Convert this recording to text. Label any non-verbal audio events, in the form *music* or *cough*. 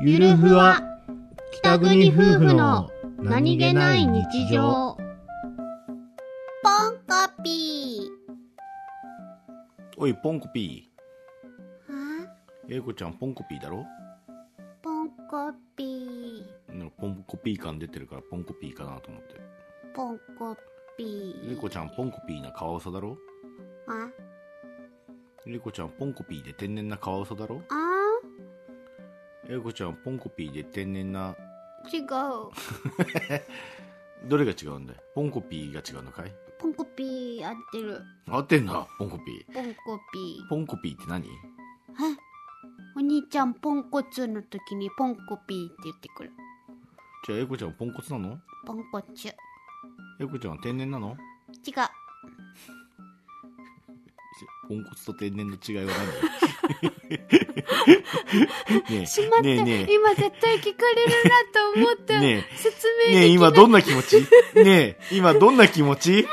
ゆるふわ北国夫婦の何気ない日常ポンコピおいポンコピーあー英子ちゃんポンコピーだろポンコピなんかポンコピー感出てるからポンコピーかなと思ってーポンコピ英ー子ちゃんポンコピーなカワウソだろあ英子ちゃんポンコピーで天然なカワウソだろあ英子ちゃんポンコピーで天然な違うどれが違うんだよポンコピーが違うのかいポンコピー合ってる合ってんなポンコピポンコピーポンコピーって何ーえお兄ちゃんポンコツの時にポンコピーって言ってくるじゃあ英子ちゃんポンコツなのポンコツ違う英子ちゃんは天然なのポンコツと天然の違いは何 *laughs* ねえしまった、ねえねえ今絶対聞かれるなと思った、ねえ説明できね *laughs* ないえ、今どんな気持ちねえ、今どんな気持ち